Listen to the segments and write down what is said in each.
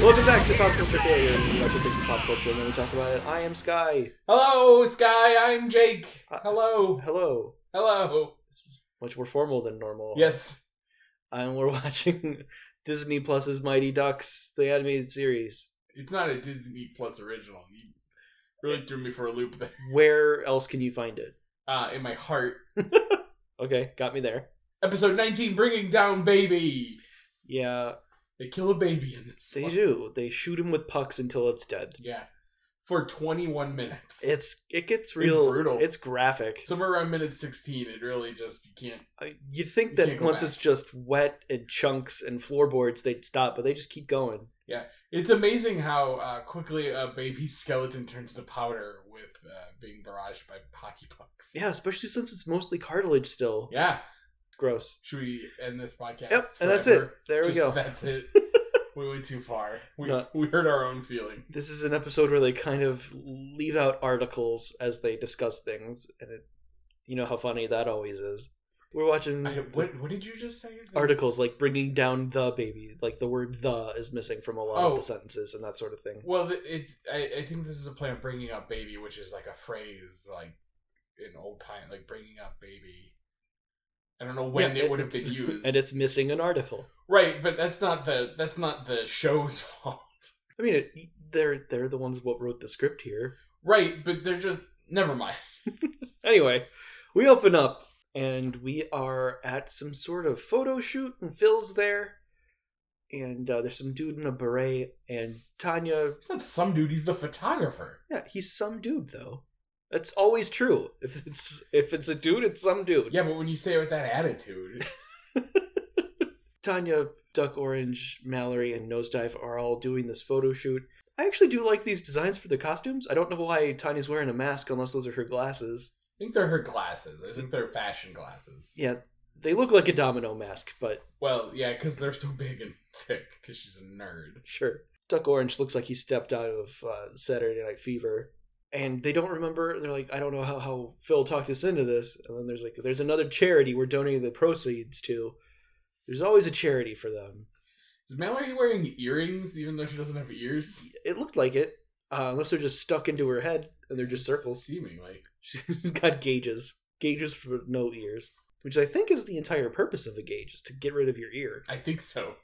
Welcome back to Pop Culture Failure, and like to think of pop culture, and then we talk about it. I am Sky. Hello, Sky. I'm Jake. Uh, Hello. Hello. Hello. Oh. Much more formal than normal. Yes. And we're watching Disney Plus's Mighty Ducks, the animated series. It's not a Disney Plus original. You really threw me for a loop there. Where else can you find it? Uh, in my heart. Okay, got me there. Episode 19, Bringing Down Baby. Yeah, They kill a baby in this they one. do. They shoot him with pucks until it's dead. Yeah. For 21 minutes. It's it gets real brutal. It's graphic. Somewhere around minute 16, it really just, you can't. I- You'd think You that can't go once back. it's just wet and chunks and floorboards, they'd stop, but they just keep going. It's amazing how uh, quickly a baby's skeleton turns to powder with uh, being barraged by hockey pucks. Yeah, especially since it's mostly cartilage still. Yeah. Gross. Should we end this podcast? Yep, and that's forever? it. There we Just- go. That's it. we went too far. We No. we hurt our own feeling. This is an episode where they kind of leave out articles as they discuss things, and it, you know how funny that always is. We're watching I, what what did you just say? articles like bringing down the baby, like the word "the" is missing from a lot of Oh. the sentences and that sort of thing. Well, th- it I, I think this is a play on bringing up baby, which is like a phrase like in old time, like bringing up baby. I don't know when Yeah, it would have it's- been used. and it's missing an article. right, but that's not the that's not the show's fault. I mean, it, they're they're the ones what wrote the script here. Right, but they're just never mind. Anyway, we open up and we are at some sort of photo shoot, and Phil's there, and uh, there's some dude in a beret, and Tanya It's not some dude. He's the photographer. Yeah, he's some dude though. That's always true. If it's if it's a dude, it's some dude. Yeah, but when you say it with that attitude, Tanya, Duck Orange, Mallory, and Nosedive are all doing this photo shoot. I actually do like these designs for the costumes. I don't know why Tanya's wearing a mask unless those are her glasses. I think they're her glasses. I think they're fashion glasses. Yeah, they look like a domino mask, but Well, yeah, because they're so big and thick. Because she's a nerd. sure. Duck Orange looks like he stepped out of uh, Saturday Night Fever. And they don't remember. They're like, I don't know how, how Phil talked us into this. And then there's like, there's another charity we're donating the proceeds to. There's always a charity for them. Is Mallory wearing earrings even though she doesn't have ears? It looked like it, uh, unless they're just stuck into her head and they're just circles. Seemingly. She's got gauges, gauges for no ears, which I think is the entire purpose of a gauge is to get rid of your ear. I think so.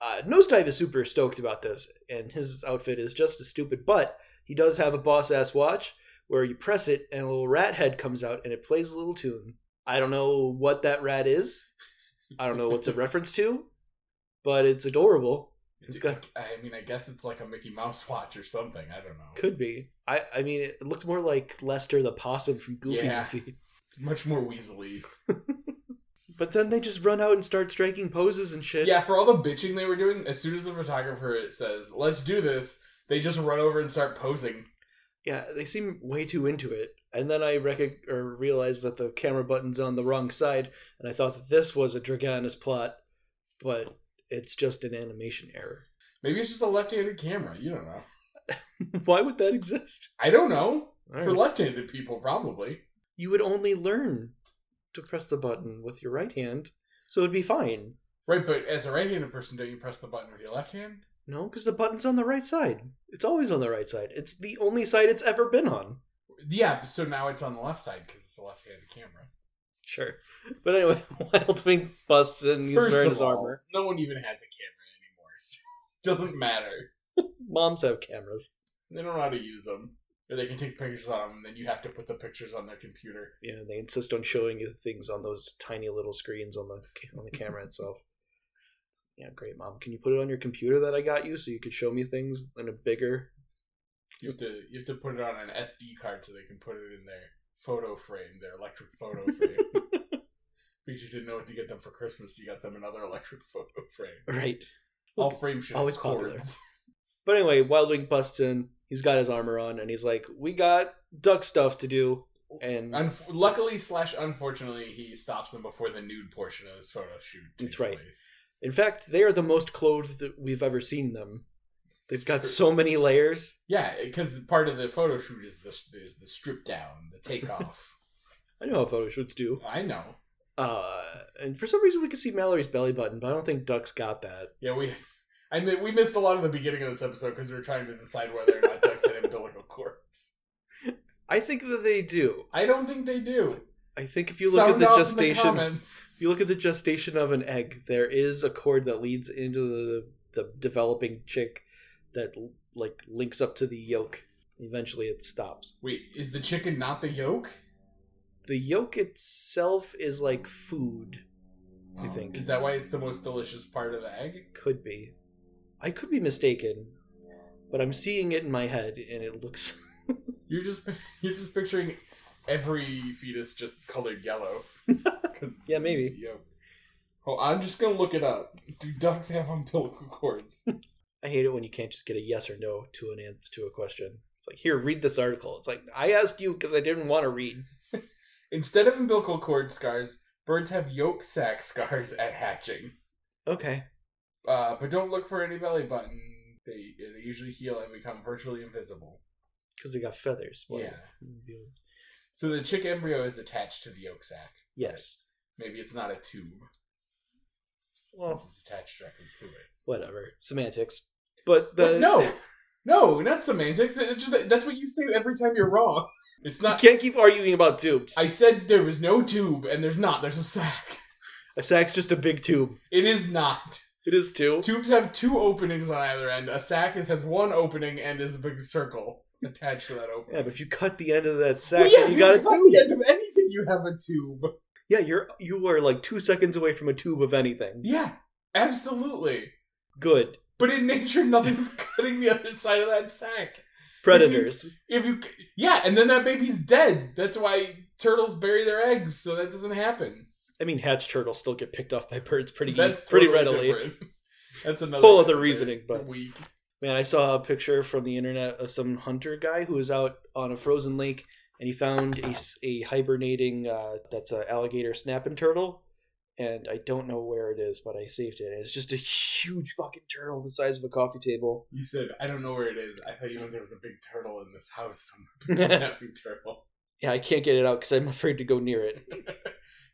Uh, Nosedive is super stoked about this, and his outfit is just as stupid. But he does have a boss ass watch where you press it and a little rat head comes out and it plays a little tune. I don't know what that rat is. I don't know what's a reference to, but it's adorable. It's got- I mean, I guess it's like a Mickey Mouse watch or something. I don't know. Could be. I I mean, it looked more like Lester the possum from Goofy Yeah. Goofy. It's much more weaselly. But then they just run out and start striking poses and shit. Yeah, for all the bitching they were doing, as soon as the photographer says, let's do this, they just run over and start posing. Yeah, they seem way too into it. And then I rec- or realized that the camera button's on the wrong side, and I thought that this was a Draganis plot, but it's just an animation error. Maybe it's just a left handed camera. You don't know. Why would that exist? I don't know. For Alright. left handed people, probably. you would only learn to press the button with your right hand, so it'd be fine. Right, but as a right handed person, don't you press the button with your left hand? No, because the button's on the right side. It's always on the right side. It's the only side it's ever been on. Yeah, so now it's on the left side because it's a left handed camera. Sure. But anyway, Wild Wing busts in. He's wearing his all, armor. No one even has a camera anymore, so it doesn't matter. Moms have cameras. They don't know how to use them. Or they can take pictures on them, and then you have to put the pictures on their computer. You know, they insist on showing you things on those tiny little screens on the ca- on the camera itself. Yeah, great, mom. Can you put it on your computer that I got you so you could show me things in a bigger? You have to you have to put it on an SD card so they can put it in their photo frame, their electric photo frame. because you didn't know what to get them for Christmas, you got them another electric photo frame. Right. All frame shit Always always popular. cords. But anyway, Wild Wing busts in. He's got his armor on, and he's like, "We got duck stuff to do." And Unf luckily slash unfortunately, he stops them before the nude portion of this photo shoot. That's takes right. place. in fact, they are the most clothed that we've ever seen them. They've It's got true. so many layers. Yeah, because part of the photo shoot is the is the strip down, the takeoff. I know how photo shoots do. I know. Uh, and for some reason, we can see Mallory's belly button, but I don't think Duck's got that. Yeah, we I mean, we missed a lot of the beginning of this episode because we were trying to decide whether or not ducks had umbilical cords. I think that they do. I don't think they do. I think if you look at Sound the off in gestation, comments. if you look at the gestation of an egg, there is a cord that leads into the the developing chick that like links up to the yolk. Eventually, it stops. Wait, is the chicken not the yolk? The yolk itself is like food. I think. Is that why it's the most delicious part of the egg? Could be. I could be mistaken, but I'm seeing it in my head, and it looks. You're just you're just picturing every fetus just colored yellow. 'Cause- Yeah, maybe. Yep. Well, I'm just gonna look it up. Do ducks have umbilical cords? I hate it when you can't just get a yes or no to an answer to a question. It's like, here, read this article. It's like I asked you because I didn't want to read. Instead of umbilical cord scars, birds have yolk sac scars at hatching. Okay. Uh, but don't look for any belly button. They they usually heal and become virtually invisible. because they got feathers. What- Yeah. So the chick embryo is attached to the yolk sac. Yes. Maybe it's not a tube since Well, it's attached directly to it. whatever. Semantics. But the But no, no, not semantics. It's just- that's what you say every time you're wrong. It's you not. can't keep arguing about tubes. I said there was no tube, and there's not. There's a sac. a sack's just a big tube. It is not. It is two. Tubes have two openings on either end. A sac has one opening and is a big circle attached to that opening. Yeah, but if you cut the end of that sack, Well, yeah, then if you got a cut tube. the end of anything, you have a tube. Yeah, you're you are like two seconds away from a tube of anything. Yeah, absolutely. Good But in nature, nothing's cutting the other side of that sac. predators. If you, yeah, and then that baby's dead. That's why turtles bury their eggs, so that doesn't happen. I mean, hatch turtles still get picked off by birds pretty e-, That's pretty totally readily. different. That's another Whole other reasoning, but- weak. Man, I saw a picture from the internet of some hunter guy who was out on a frozen lake and he found a, s- a hibernating uh, that's an alligator snapping turtle. And I don't know where it is, but I saved it. It's just a huge fucking turtle the size of a coffee table. You said I don't know where it is. I thought you meant there was a big turtle in this house. Some big snapping turtle. Yeah, I can't get it out because I'm afraid to go near it. you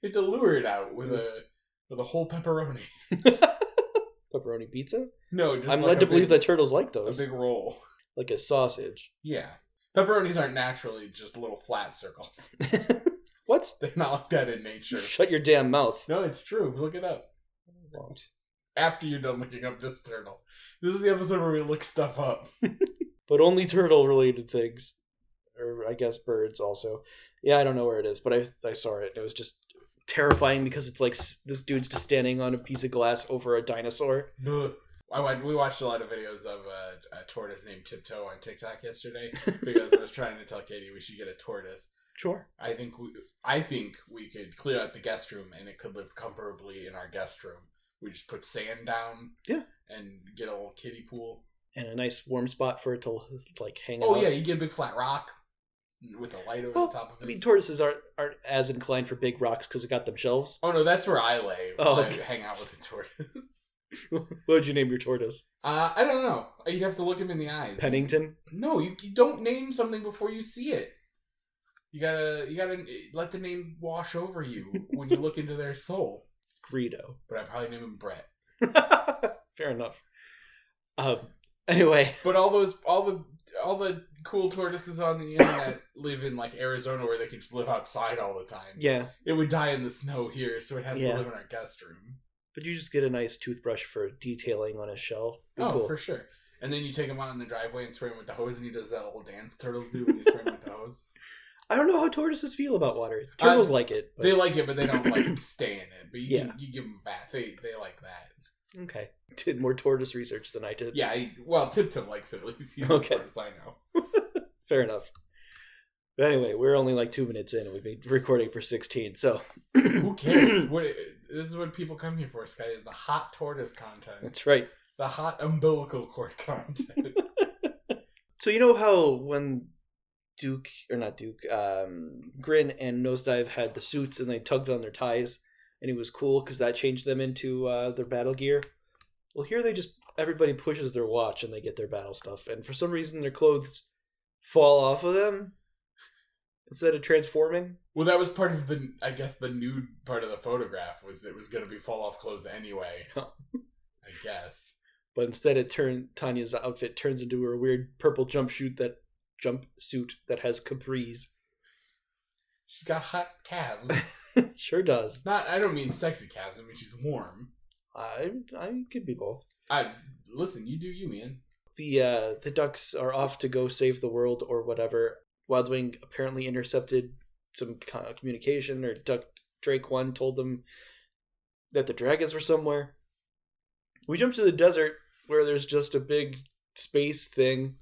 have to lure it out Mm. with a with a whole pepperoni. Pepperoni pizza? No, just I'm like led a to believe big- that turtles like a those, big roll. like a sausage. Yeah, pepperonis aren't naturally just little flat circles. what? They're not like that in nature. Shut your damn mouth. No, it's true. Look it up after you're done looking up this turtle. This is the episode where we look stuff up. but only turtle related things or i guess birds also yeah i don't know where it is but i, I saw it and it was just terrifying because it's like s- this dude's just standing on a piece of glass over a dinosaur Ugh. I went, we watched a lot of videos of uh, a tortoise named Tiptoe on TikTok yesterday because I was trying to tell Katie we should get a tortoise. sure I think we, I think we could clear out the guest room and it could live comfortably in our guest room. We just put sand down, Yeah. and get a little kiddie pool. and a nice warm spot for it to like hang Oh out yeah, you get a big flat rock with a light over Well, the top of it. i mean tortoises aren't aren't as inclined for big rocks because it got them shelves oh no, that's where I lay. Oh, when I okay. hang out with the tortoise. what would you name your tortoise Uh, I don't know. You'd have to look him in the eyes. pennington No, you, you don't name something before you see it. You gotta you gotta let the name wash over you when you look into their soul. greedo But I probably name him Brett. fair enough um anyway But all those all the all the cool tortoises on the internet live in like Arizona where they can just live outside all the time. yeah It would die in the snow here, so it has Yeah. to live in our guest room. but you just get a nice toothbrush for detailing on a shell Be Oh, cool. for sure. And then you take him out in the driveway and spray him with the hose, and he does that little dance turtles do when you spray him with the hose. I don't know how tortoises feel about water. Uh, Turtles like it. but- They like it, but they don't like stay in it. But you Yeah. can, you give them a bath. They they like that. okay. Did more tortoise research than I did. Yeah, I, well, Tiptoe likes it at least. He's Okay. okay. as I know. Fair enough. But anyway, we're only like two minutes in and we've been recording for 16, so. Who cares? what, this is what people come here for, Sky, is the hot tortoise content. That's right. The hot umbilical cord content. So, you know how when Duke, or not Duke, um, Grin and Nosedive had the suits and they tugged on their ties and it was cool because that changed them into uh, their battle gear? Well, here they just. Everybody pushes their watch and they get their battle stuff, and for some reason their clothes fall off of them instead of transforming. well, that was part of the, I guess, the nude part of the photograph was it was going to be fall off clothes anyway. Huh. I guess. But instead, it turned Tanya's outfit turns into a weird purple jumpsuit that jumpsuit that has capris. She's got hot calves. sure does. Not, I don't mean sexy calves. I mean she's warm. I I could be both. I listen. You do you, man. The uh, the ducks are off to go save the world or whatever. Wild Wing apparently intercepted some kind of communication, or Duck Drake One told them that the dragons were somewhere. We jump to the desert where there's just a big space thing.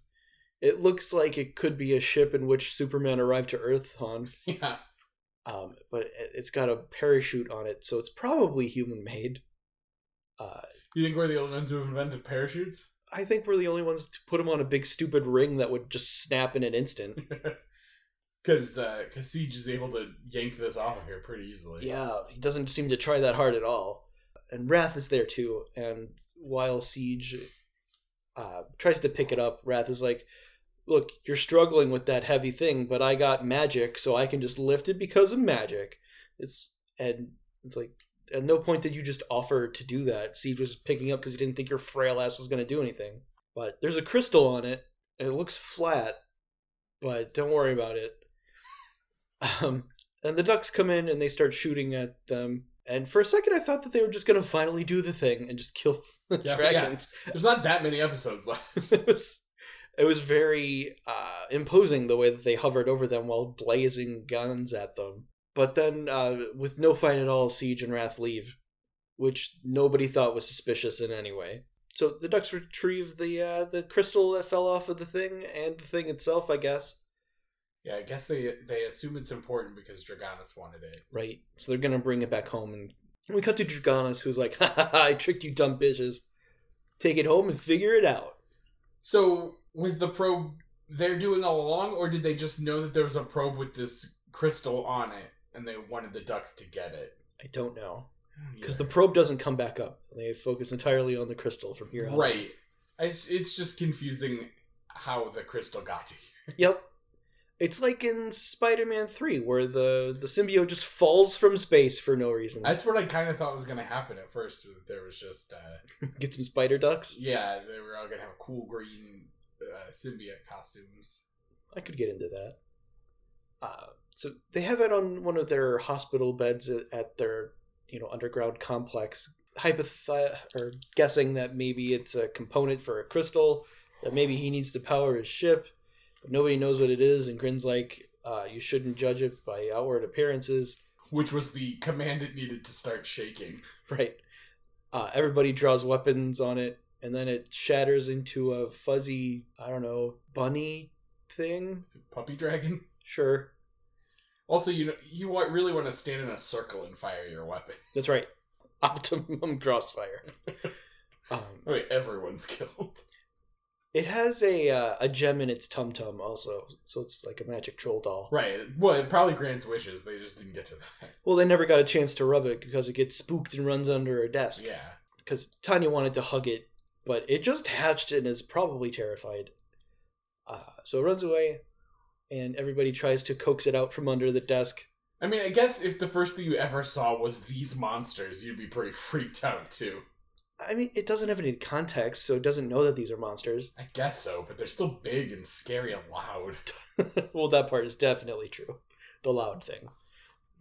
It looks like it could be a ship in which Superman arrived to Earth on, Yeah. um, but it- it's got a parachute on it, so it's probably human made. Uh, You think we're the only ones who have invented parachutes? I think we're the only ones to put him on a big stupid ring that would just snap in an instant. Because because uh, Siege is able to yank this off of here pretty easily. Yeah, he doesn't seem to try that hard at all. And Wrath is there too. And while Siege uh, tries to pick it up, Wrath is like, Look, you're struggling with that heavy thing, but I got magic, so I can just lift it because of magic. It's and it's like at no point did you just offer to do that. Siege was picking up because he didn't think your frail ass was going to do anything. But there's a crystal on it, and it looks flat. But don't worry about it. Um, and the ducks come in and they start shooting at them. And for a second, I thought that they were just going to finally do the thing and just kill the Yeah, dragons. There's not that many episodes left. it was it was very uh, imposing the way that they hovered over them while blazing guns at them. But then, uh, with no fight at all, Siege and Wrath leave, which nobody thought was suspicious in any way. So the ducks retrieve the uh, the crystal that fell off of the thing and the thing itself, I guess. Yeah, I guess they they assume it's important because Dragonis wanted it. Right. So they're gonna bring it back home, and we cut to Dragonis, who's like, "Ha ha ha! I tricked you, dumb bitches. Take it home and figure it out." So was the probe they're doing all along, or did they just know that there was a probe with this crystal on it and they wanted the ducks to get it? I don't know. because the Yeah. probe doesn't come back up. They focus entirely on the crystal from here on. right, it's, it's just confusing how the crystal got to you. Yep. It's like in Spider-Man Three, where the the symbiote just falls from space for no reason. That's what I kind of thought was going to happen at first. was That there was just uh, Get some spider ducks. yeah, they were all going to have cool green uh, symbiote costumes. I could get into that. Uh, so they have it on one of their hospital beds at- at their you know underground complex, hypoth or guessing that maybe it's a component for a crystal that maybe he needs to power his ship. But nobody knows what it is, and Grin's like, uh, "You shouldn't judge it by outward appearances." Which was the command it needed to start shaking. Right. Uh, everybody draws weapons on it, and then it shatters into a fuzzy, I don't know, bunny thing. Puppy dragon. Sure, Also, you know, you want, really want to stand in a circle and fire your weapon. that's right. Optimum crossfire. Um, Wait, everyone's killed. it has a uh, a gem in its tum tum also, so it's like a magic troll doll. Right. Well, it probably grants wishes. They just didn't get to that. Well, they never got a chance to rub it because it gets spooked and runs under a desk. Yeah. because Tanya wanted to hug it, but it just hatched and is probably terrified. Uh, so it runs away, and everybody tries to coax it out from under the desk. I mean, I guess if the first thing you ever saw was these monsters, you'd be pretty freaked out too. I mean, it doesn't have any context, so it doesn't know that these are monsters. I guess so, but they're still big and scary and loud. well, that part is definitely true. The loud thing.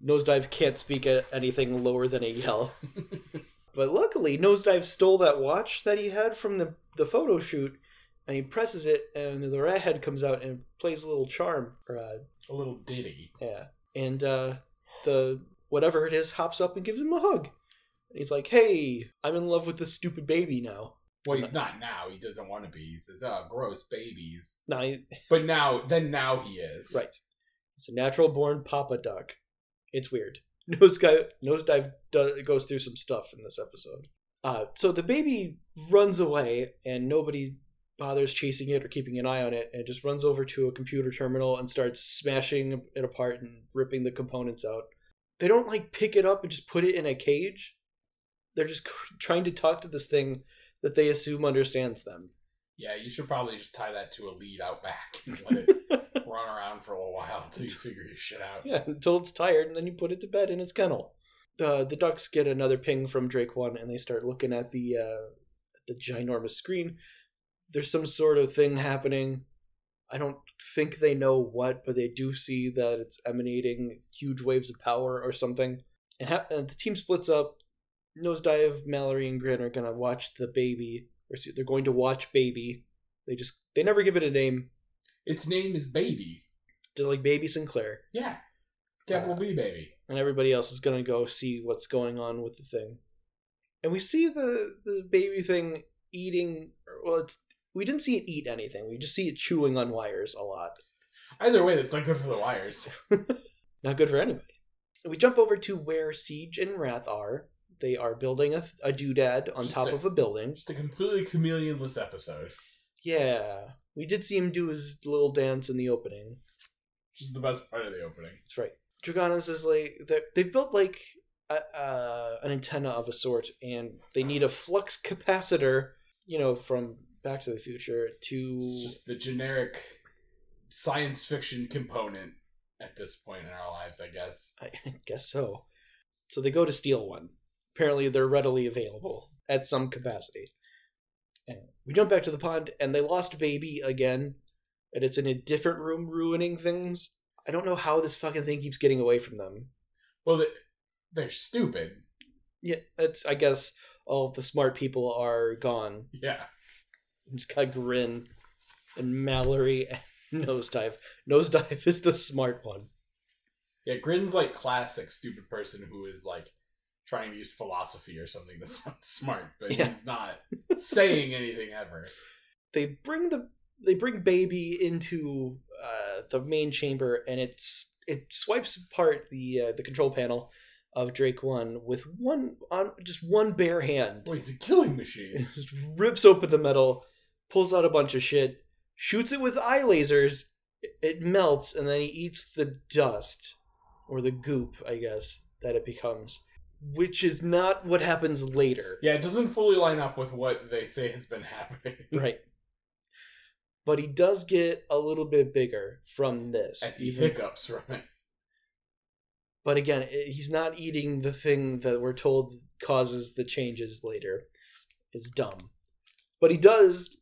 Nosedive can't speak at anything lower than a yell. but luckily, Nosedive stole that watch that he had from the, the photo shoot, and he presses it, and the rat head comes out and plays a little charm, or uh, A little ditty. Yeah. And uh, the whatever it is hops up and gives him a hug. And he's like, "Hey, I'm in love with this stupid baby now." Well, he's not now. He doesn't want to be. He says, "Oh, gross babies." Now, he- But now, then now he is. right? It's a natural-born Papa Duck. It's weird. Nosedive, Nosedive do- goes through some stuff in this episode. Uh, so the baby runs away, and nobody bothers chasing it or keeping an eye on it, and it just runs over to a computer terminal and starts smashing it apart and ripping the components out. They don't like pick it up and just put it in a cage. They're just cr- trying to talk to this thing that they assume understands them. Yeah, you should probably just tie that to a lead out back and let it run around for a little while until you figure your shit out. Yeah, until it's tired, and then you put it to bed in its kennel. The the ducks get another ping from Drake One, and they start looking at the uh, the ginormous screen. There's some sort of thing happening. I don't think they know what, but they do see that it's emanating huge waves of power or something. And, ha- and the team splits up. Nosedive, Mallory, and Grin are gonna watch the baby, or see, they're going to watch baby. They just they never give it a name, Its name is Baby. just like baby Sinclair. Yeah. Capital Uh, B Baby. and everybody else is gonna go see what's going on with the thing. And we see the the baby thing eating. Well, it's we didn't see it eat anything. We just see it chewing on wires a lot. Either way, that's not good for the wires. Not good for anybody. And we jump over to where Siege and Wrath are. They are building a, a doodad on Just top a- of a building. Just a completely chameleonless episode. Yeah, we did see him do his little dance in the opening. Which is the best part of the opening. That's right. Draganos is like they're- they've built like a, uh, an antenna of a sort, and they need a flux capacitor, you know, from Back to the Future to It's just the generic science fiction component at this point in our lives, I guess. I guess so. So they go to steal one. Apparently, they're readily available at some capacity. And we jump back to the pond, and they lost baby again, and it's in a different room ruining things. I don't know how this fucking thing keeps getting away from them. Well, they, they're stupid. Yeah, it's I guess all of the smart people are gone. Yeah. just got grin and Mallory and nosedive. Nosedive is the smart one. Yeah, Grin's like classic stupid person who is like trying to use philosophy or something that sounds smart, but Yeah. he's not saying anything ever. They bring the they bring baby into uh, the main chamber and it's it swipes apart the uh, the control panel of Drake One with one on just one bare hand. Boy, he's a killing machine. It just rips open the metal, pulls out a bunch of shit, shoots it with eye lasers. It- It melts, and then he eats the dust or the goop, I guess, that it becomes, which is not what happens later, Yeah, it doesn't fully line up with what they say has been happening. right? But he does get a little bit bigger from this. I see even- hiccups from it. But again, i- he's not eating the thing that we're told causes the changes later. It's dumb. But he does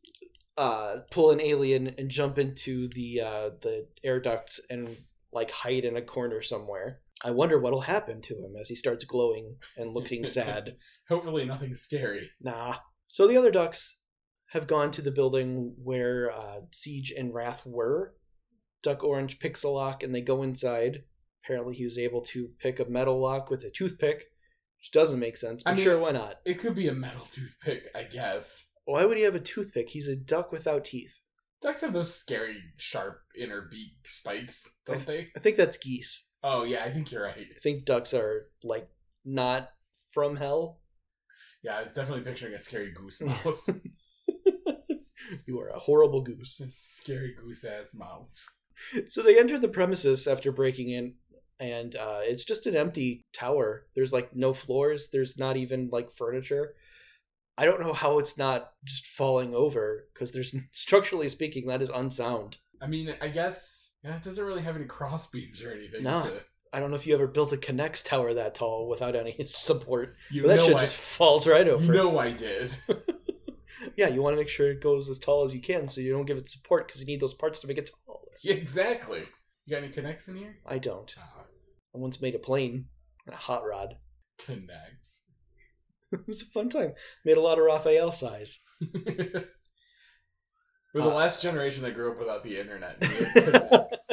uh, pull an alien and jump into the uh, the air ducts and like hide in a corner somewhere. I wonder what'll happen to him as he starts glowing and looking sad. Hopefully, nothing scary. Nah. So the other ducks have gone to the building where uh, Siege and Wrath were. Duck Orange picks a lock and they go inside. Apparently, he was able to pick a metal lock with a toothpick, which doesn't make sense. But I mean- sure, why not? It could be a metal toothpick, I guess. Why would he have a toothpick? He's a duck without teeth. Ducks have those scary, sharp inner beak spikes, don't they? I think that's geese. Oh, yeah, I think you're right. I think ducks are like not from hell. Yeah, I was definitely picturing a scary goose mouth. You are a horrible goose. scary goose ass mouth. So they enter the premises after breaking in, and uh, it's just an empty tower. There's like no floors. There's not even like furniture. I don't know how it's not just falling over because there's structurally speaking that is unsound. I mean, I guess yeah, it doesn't really have any cross beams or anything. No. to- I don't know if you ever built a Connects tower that tall without any support. you But that know shit I, just falls right you over. know I did. Yeah, you want to make sure it goes as tall as you can so you don't give it support because you need those parts to make it taller. Yeah, exactly. You got any connects in here? I don't. Ah, I once made a plane and a hot rod. connects. it was a fun time. Made a lot of Raphael size. We're the Uh, last generation that grew up without the internet. and we have connects.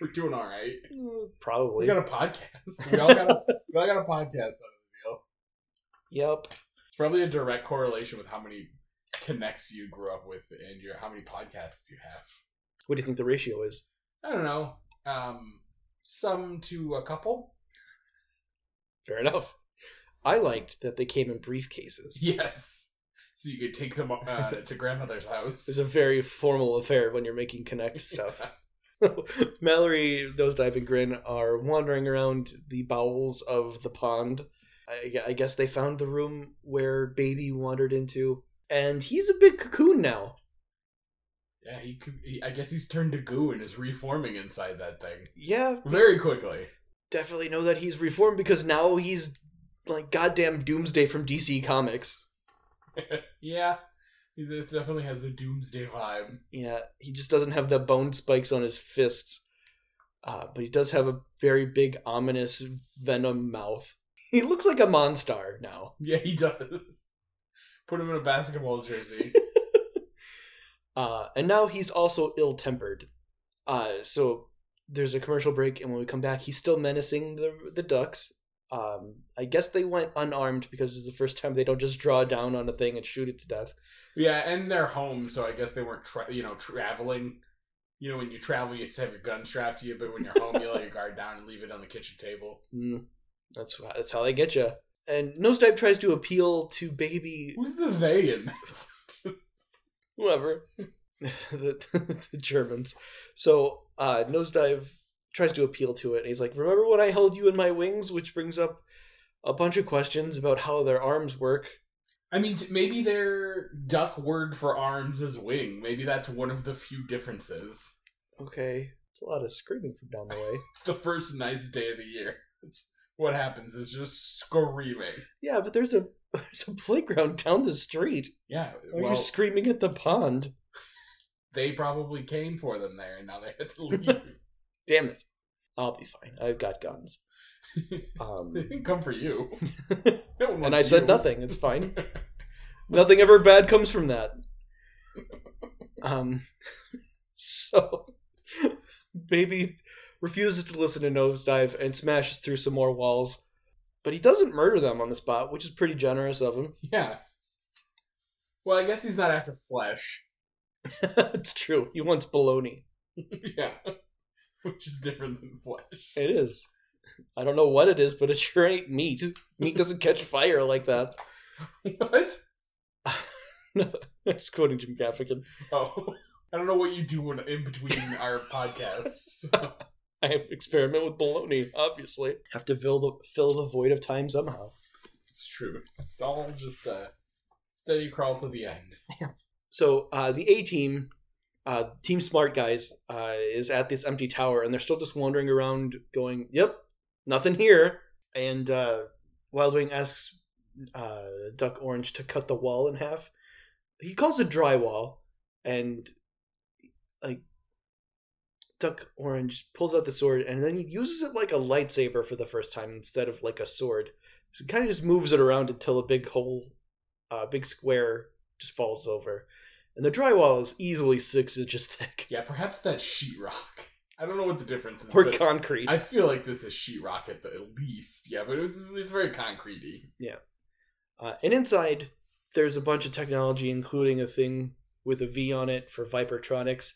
We're doing all right. Mm, Probably. We got a podcast. We all got a, we all got a podcast. Yep. It's probably a direct correlation with how many connects you grew up with and your how many podcasts you have. What do you think the ratio is? I don't know. Um, some to a couple. Fair enough. I liked that they came in briefcases. Yes. So you could take them uh, to grandmother's house. It's a very formal affair when you're making connect stuff. Mallory, Nosedive, and Grin are wandering around the bowels of the pond. I, gu- I guess they found the room where Baby wandered into, and he's a big cocoon now. Yeah, he could. He, I guess he's turned to goo and is reforming inside that thing Yeah, very quickly. definitely know that he's reformed because now he's like goddamn Doomsday from DC Comics. yeah, he's, it definitely has a doomsday vibe. Yeah, he just doesn't have the bone spikes on his fists, uh, but he does have a very big, ominous venom mouth. He looks like a monstar now. Yeah, he does. Put him in a basketball jersey. Uh, and now he's also ill tempered. Uh, so there's a commercial break, and when we come back, he's still menacing the the ducks. Um, I guess they went unarmed because it's the first time they don't just draw down on a thing and shoot it to death. yeah, and they're home, so I guess they weren't, tra- you know, traveling. You know, when you travel, you have your gun strapped to you, but when you're home, you let your guard down and leave it on the kitchen table. Mm, that's that's how they get you. And Nosedive tries to appeal to baby Who's the they in this? whoever the, the Germans. So uh, Nosedive tries to appeal to it, and he's like, "Remember when I held you in my wings?" Which brings up a bunch of questions about how their arms work. I mean, t- maybe their duck word for arms is wing. Maybe that's one of the few differences. Okay, it's a lot of screaming from down the way. It's the first nice day of the year. It's what happens is just screaming. yeah, but there's a there's a playground down the street. Yeah, Why are well, you screaming at the pond? they probably came for them there, and now they had to leave. Damn it! I'll be fine. I've got guns. Um, they didn't come for you. No one and I wants said you. nothing. It's fine. Nothing ever bad comes from that. Um, so baby refuses to listen to Nosedive and smashes through some more walls, but he doesn't murder them on the spot, which is pretty generous of him. yeah. Well, I guess he's not after flesh. it's true. He wants baloney. yeah. Which is different than flesh. It is. I don't know what it is, but it sure ain't meat. Meat doesn't catch fire like that. what? I'm just quoting Jim Gaffigan. Oh. I don't know what you do when, in between our podcasts. I have experiment with baloney, obviously. Have to fill the fill the void of time somehow. It's true. It's all just a steady crawl to the end. so uh, the A team, uh, Team Smart guys, uh, is at this empty tower, and they're still just wandering around, going, "Yep, nothing here." And uh, Wild Wing asks uh, Duck Orange to cut the wall in half. He calls it drywall, and like Duck Orange pulls out the sword, and then he uses it like a lightsaber for the first time instead of like a sword. So he kind of just moves it around until a big hole, uh, big square, just falls over. And the drywall is easily six inches thick Yeah, perhaps that's sheetrock. I don't know what the difference is. or but concrete. I feel like this is sheetrock at the at least. Yeah, but it, it's very concretey. Uh, and inside, there's a bunch of technology, including a thing with a V on it for Vipertronics.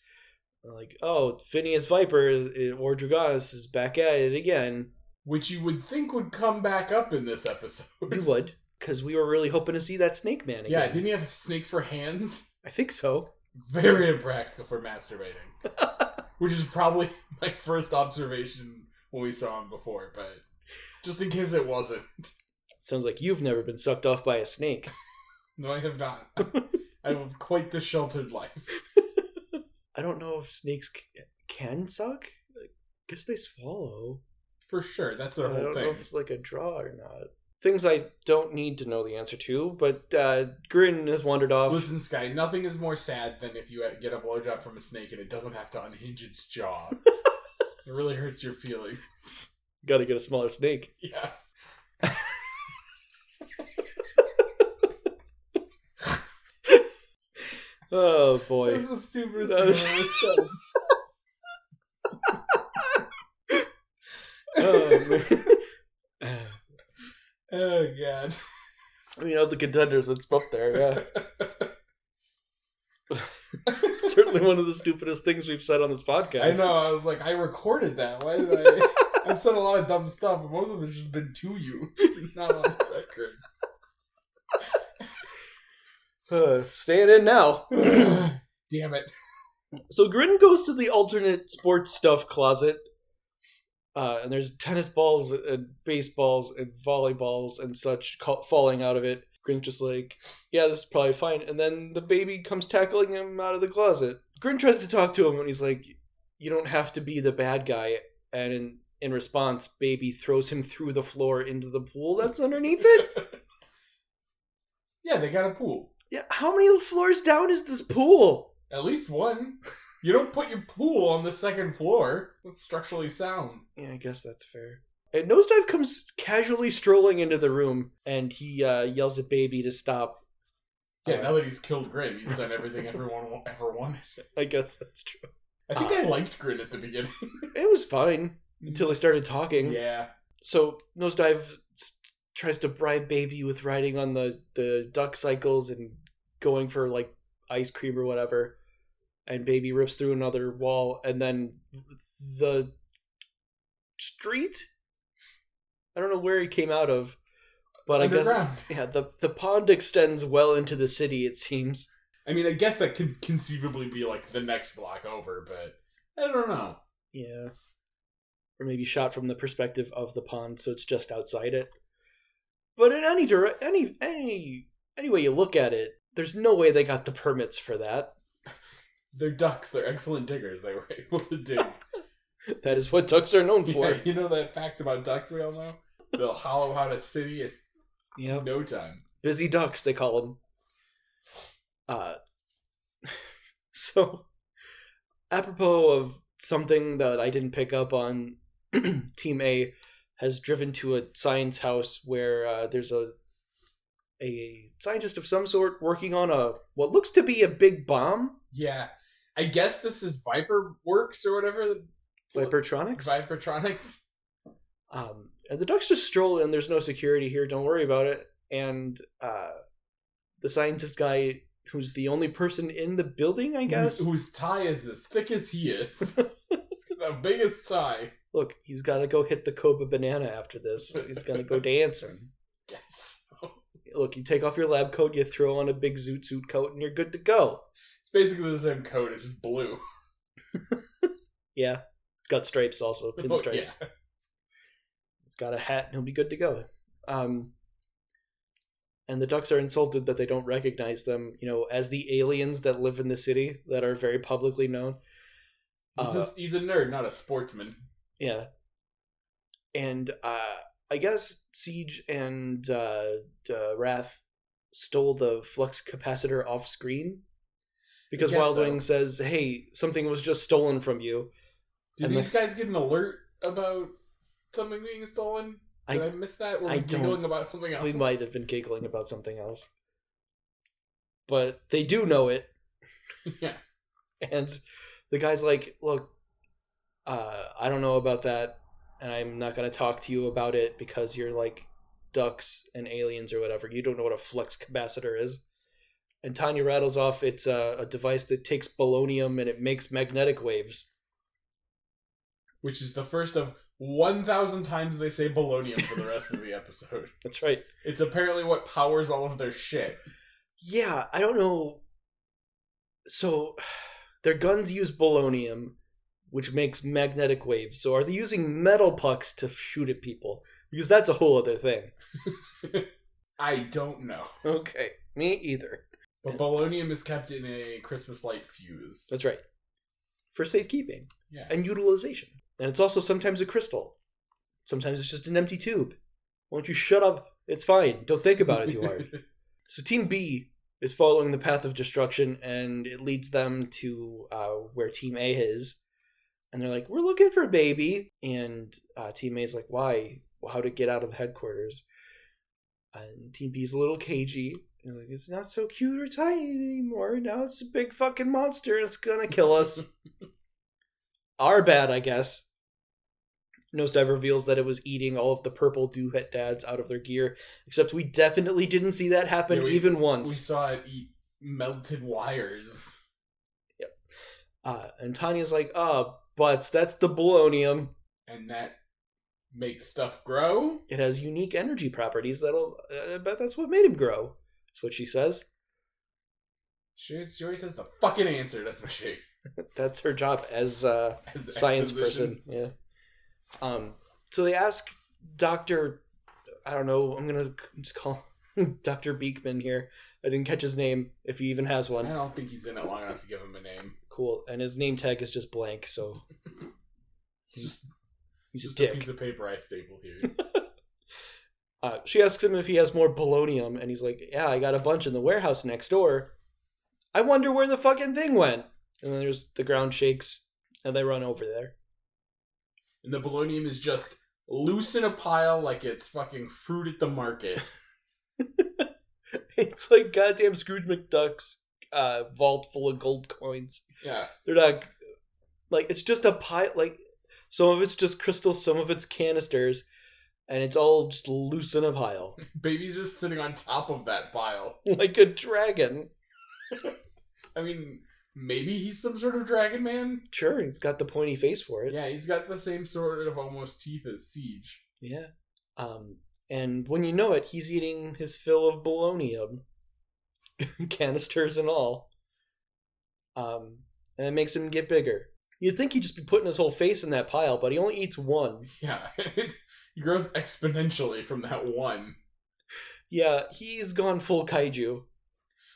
Like, oh, Phineas Viper eh, or Draganis is back at it again. Which you would think would come back up in this We episode. would, because we were really hoping to see that Snake Man again. yeah, didn't he have snakes for hands? I think so. Very impractical for masturbating. Which is probably my first observation when we saw him before, but just in case it wasn't. Sounds like you've never been sucked off by a snake. No, I have not. I have quite the sheltered life. I don't know if snakes c- can suck. I guess they swallow. For sure. That's their I whole don't know thing. if it's like a draw or not. Things I don't need to know the answer to, but uh, Grin has wandered off. Listen, Sky, nothing is more sad than if you get a blowjob from a snake and it doesn't have to unhinge its jaw. it really hurts your feelings. Got to get a smaller snake. Yeah. Oh boy. This is the stupidest That was- thing I've ever said. oh, man. Oh, God. I mean, of the contenders, it's up there. Yeah, certainly one of the stupidest things we've said on this podcast. I know. I was like, I recorded that. Why did I? I've said a lot of dumb stuff, but most of it's just been to you, not on Uh, staying in now. record. Damn it! So Grin goes to the alternate sports stuff closet, uh, and there's tennis balls and baseballs and volleyballs and such ca- falling out of it. Grin's just like, yeah, this is probably fine. And then the baby comes tackling him out of the closet. Grin tries to talk to him, and he's like, you don't have to be the bad guy. And in, in response, baby throws him through the floor into the pool that's underneath it. Yeah, they got a pool. Yeah, how many floors down is this pool? At least one. You don't put your pool on the second floor. That's structurally sound. Yeah, I guess that's fair. And Nosedive comes casually strolling into the room and he uh, yells at Baby to stop. Yeah, Uh, now that he's killed Grin, he's done everything everyone wa- ever wanted. I guess that's true. I think Uh, I liked Grin at the beginning. It was fine until I started talking. yeah. So Nosedive s- tries to bribe Baby with riding on the, the duck cycles and going for like ice cream or whatever. And Baby rips through another wall and then the street? I don't know where he came out of, but I guess. Underground. Yeah, the the pond extends well into the city. It seems. I mean, I guess that could conceivably be like the next block over, but I don't know. Yeah, or maybe shot from the perspective of the pond, so it's just outside it. But in any dire- any any any way you look at it, there's no way they got the permits for that. They're ducks. They're excellent diggers. They were able to dig. That is what ducks are known for. yeah, you know that fact about ducks we all know? They'll hollow out a city in Yeah, no time. busy ducks they call them. Uh, so apropos of something that I didn't pick up on, Team A has driven to a science house where uh, there's a a scientist of some sort working on a what looks to be a big bomb, Yeah. I guess this is Viper Works or whatever. the- Vipertronics. Vipertronics. Um, and the ducks just stroll in. There's no security here. Don't worry about it. And uh, the scientist guy, who's the only person in the building, I guess. Whose, whose tie is as thick as he is. It's got the biggest tie. Look, he's got to go hit the Coba banana after this. He's gonna go dancing. Yes. Look, you take off your lab coat, you throw on a big zoot suit coat, and you're good to go. It's basically the same coat, it's just blue. Yeah, it's got stripes also, Oh, pinstripes. yeah. It's got a hat, and he'll be good to go. Um, and the ducks are insulted that they don't recognize them, you know, as the aliens that live in the city that are very publicly known. He's, Uh, just, he's a nerd, not a sportsman. Yeah. And uh, I guess Siege and uh, uh, Wrath stole the flux capacitor off screen because guess Wild so. Wing says, "Hey, something was just stolen from you." Did And these guys get an alert about something being stolen? Did I, I- miss that? Were I we don't- giggling about something else? We might have been giggling about something else, but they do know it, Yeah. and the guy's like, "Look, uh, I don't know about that, and I'm not gonna talk to you about it because you're like ducks and aliens or whatever. You don't know what a flux capacitor is." And Tanya rattles off, "It's a, a device that takes bolonium and it makes magnetic waves." Which is the first of 1,000 times they say Bolognium for the rest of the episode. That's right. It's apparently what powers all of their shit. Yeah, I don't know. So, their guns use bolonium, which makes magnetic waves. So, are they using metal pucks to shoot at people? Because that's a whole other thing. I don't know. Okay, me either. But Bolognium is kept in a Christmas light fuse. That's right. For safekeeping Yeah. and utilization. And it's also sometimes a crystal. Sometimes it's just an empty tube. Won't you shut up? It's fine. Don't think about it too hard. So Team B is following the path of destruction, and it leads them to uh, where Team A is. And they're like, "We're looking for baby." And uh, Team A's like, "Why? Well, How to get out of headquarters?" And Team B's a little cagey. And they're like, "It's not so cute or tiny anymore. Now it's a big fucking monster. It's gonna kill us." Our bad, I guess. Nosedive reveals that it was eating all of the purple doohat dads out of their gear, except we definitely didn't see that happen Yeah, we- even once. We saw it eat melted wires. Uh, and Tanya's like, uh, butts, that's the bolonium. And that makes stuff grow? It has unique energy properties that'll, uh, I bet that's what made him grow. That's what she says. She, she always has the fucking answer, doesn't she? That's her job as a As science exposition. person. Yeah. Um, so they ask Dr. I don't know, I'm going to just call Dr. Beekman here. I didn't catch his name, if he even has I one. don't think he's in it long enough to give him a name. Cool. And his name tag is just blank, so He's just, he's just a a dick. piece of paper I staple here. Uh, she asks him if he has more polonium, and he's like, "Yeah, I got a bunch in the warehouse next door." I wonder where the fucking thing went. And then there's the ground shakes, and they run over there. And the polonium is just loose in a pile like it's fucking fruit at the market. It's like goddamn Scrooge McDuck's uh, vault full of gold coins. Yeah. They're not like it's just a pile. Like some of it's just crystals, some of it's canisters, and it's all just loose in a pile, Baby's just sitting on top of that pile. like a dragon. I mean, maybe he's some sort of dragon man. Sure, he's got the pointy face for it. Yeah, he's got the same sort of almost teeth as Siege. Yeah. Um, and when you know it, he's eating his fill of bolognium, canisters and all. Um, and it makes him get bigger. You'd think he'd just be putting his whole face in that pile, but he only eats one. Yeah, he grows exponentially from that one. Yeah, he's gone full kaiju.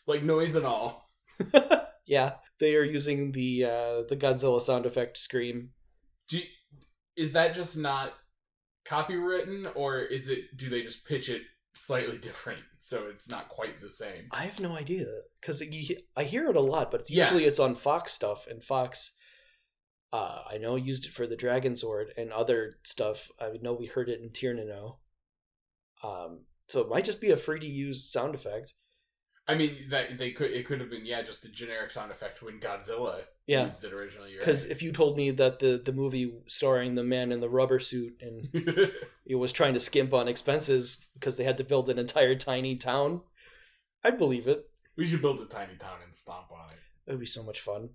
Like noise and all. yeah, they are using the uh, the Godzilla sound effect scream. Do is that just not copywritten, or is it? Do they just pitch it slightly different so it's not quite the same? I have no idea because I hear it a lot, but it's Yeah. usually it's on Fox stuff, and Fox, uh, I know used it for the Dragon Sword and other stuff. I know we heard it in Tierno. Um, so it might just be a free to use sound effect. I mean, that they could. It could have been yeah, just a generic sound effect when Godzilla Yeah, used it originally. Mm, you're because if you told me that the the movie starring the man in the rubber suit and right. it was trying to skimp on expenses because they had to build an entire tiny town, I'd believe it. we should build a tiny town and stomp on it. It would be so much fun.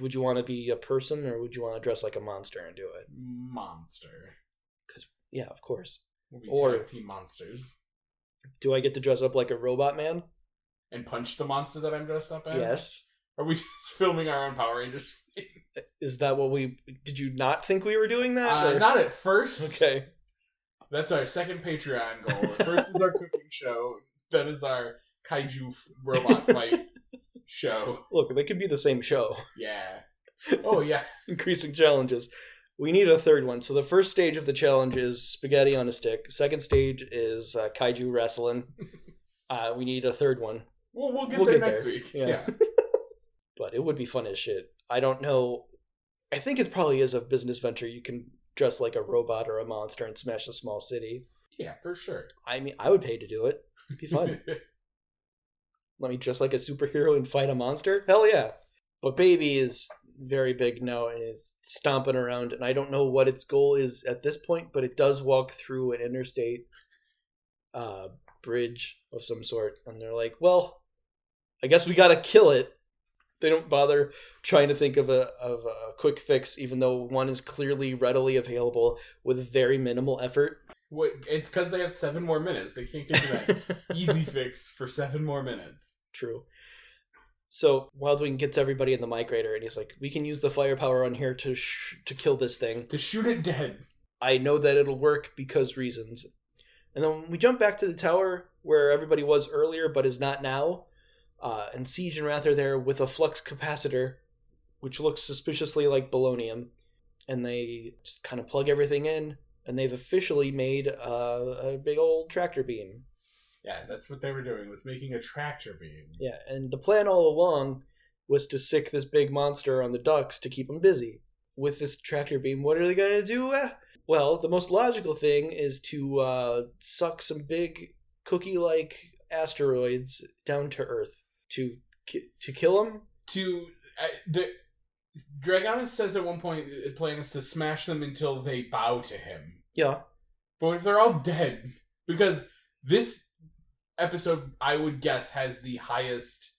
Would you want to be a person or would you want to dress like a monster and do it? Monster. Yeah, of course. We'll be Or- tag team monsters Do I get to dress up like a robot man? and punch the monster that I'm dressed up as. Yes. Are we just filming our own Power Rangers? Is that what we did you not think we were doing that? Uh, or- not at first. okay. That's our second Patreon goal. The first is our cooking show. Then is our kaiju f- robot fight show. Look, they could be the same show. Yeah. Oh yeah. Increasing challenges. We need a third one. So the first stage of the challenge is spaghetti on a stick. Second stage is uh, kaiju wrestling. Uh, we need a third one. Well, we'll get We'll there get next there. week. Yeah. Yeah. but it would be fun as shit. I don't know. I think it probably is a business venture. You can dress like a robot or a monster and smash a small city. Yeah, for sure. I mean, I would pay to do it. It'd be fun. Let me dress like a superhero and fight a monster. Hell yeah! But baby is very big now and is stomping around, and I don't know what its goal is at this point, but it does walk through an interstate uh, bridge of some sort, and they're like, "Well, I guess we gotta kill it." They don't bother trying to think of a of a quick fix, even though one is clearly readily available with very minimal effort. What? It's because they have seven more minutes. They can't get to that easy fix for seven more minutes. True. So Wildwing gets everybody in the migrator, and he's like, "We can use the firepower on here to sh- to kill this thing. To shoot it dead. I know that it'll work because reasons." And then we jump back to the tower where everybody was earlier, but is not now. Uh, and Siege and Wrath are there with a flux capacitor, which looks suspiciously like bolonium, and they just kind of plug everything in, and they've officially made uh, a, a big old tractor beam. Yeah, that's what they were doing. Was making a tractor beam. Yeah, and the plan all along was to sick this big monster on the ducks to keep them busy. With this tractor beam, what are they going to do? Eh, Well, the most logical thing is to uh, suck some big cookie like asteroids down to Earth to ki- to kill them. to uh, the Dragonis says at one point the plan is to smash them until they bow to him. Yeah, But if they're all dead, because this episode, I would guess, has the highest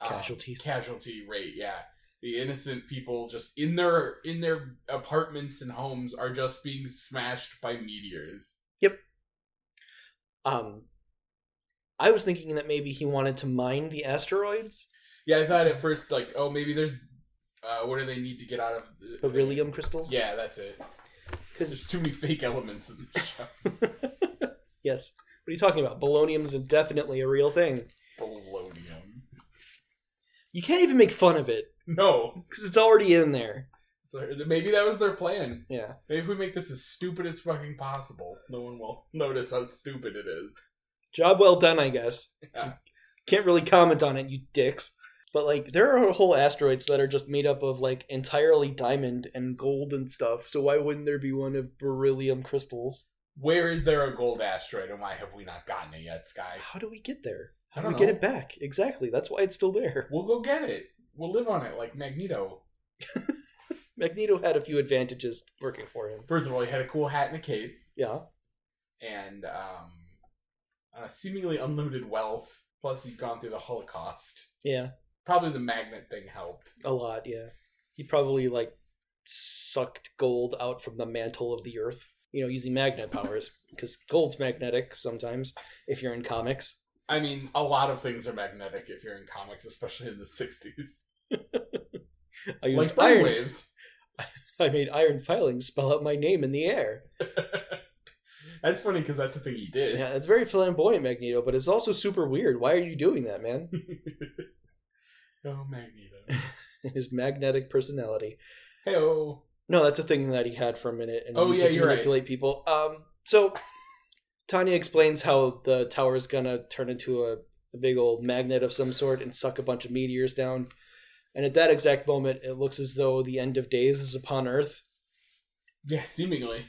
um, Casualties. casualty rate. Yeah, the innocent people just in their in their apartments and homes are just being smashed by meteors. um, I was thinking that maybe he wanted to mine the asteroids, Yeah, I thought at first like, oh, maybe there's uh, what do they need to get out of? the beryllium crystals. Yeah, that's it. 'Cause- There's too many fake elements in this show. yes. What are you talking about? Bolonium is definitely a real thing. Polonium. You can't even make fun of it No, because it's already in there. it's So maybe that was their plan. Yeah. Maybe if we make this as stupid as fucking possible, no one will notice how stupid it is. Job well done, I guess. Yeah. Can't really comment on it, you dicks. But like there are whole asteroids that are just made up of like entirely diamond and gold and stuff. So why wouldn't there be one of beryllium crystals? Where is there a gold asteroid, and why have we not gotten it yet, Sky? How do we get there? How I do don't we know. get it back? Exactly. That's why it's still there. We'll go get it. We'll live on it like Magneto. Magneto had a few advantages working for him. First of all, he had a cool hat and a cape, Yeah. and um, uh, seemingly unlimited wealth. Plus, he'd gone through the Holocaust. Yeah. Probably the magnet thing helped. A lot, yeah. He probably like sucked gold out from the mantle of the earth, you know, using magnet powers because gold's magnetic sometimes if you're in comics. I mean, a lot of things are magnetic if you're in comics, especially in the '60s, I used like brainwaves. iron. I made iron filings spell out my name in the air. that's funny because that's the thing he did. Yeah, it's very flamboyant, Magneto, but it's also super weird. Why are you doing that, man? Oh, Magneto. His magnetic personality. Heyo. No, that's a thing that he had for a minute and Oh, used yeah, it to you're right. manipulate people. Um, so Tanya explains how the tower is gonna turn into a, a big old magnet of some sort and suck a bunch of meteors down. And at that exact moment, it looks as though the end of days is upon Earth. Yeah, seemingly.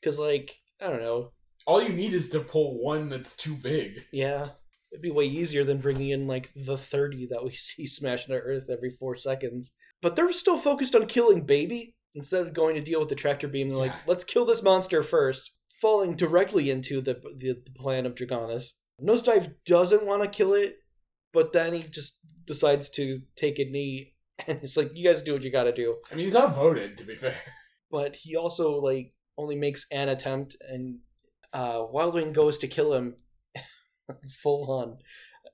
Because, like, I don't know. All you need is to pull one that's too big. Yeah, it'd be way easier than bringing in, like, the 30 that we see smashing to Earth every four seconds. But they're still focused on killing Baby instead of going to deal with the tractor beam. They're like, Yeah. let's kill this monster first, falling directly into the, the, the plan of Dragonis. Nosedive doesn't want to kill it, but then he just decides to take a knee. And it's like, you guys do what you gotta do. I mean, he's not voted, to be fair. but he also like only makes an attempt and uh wildwing goes to kill him full on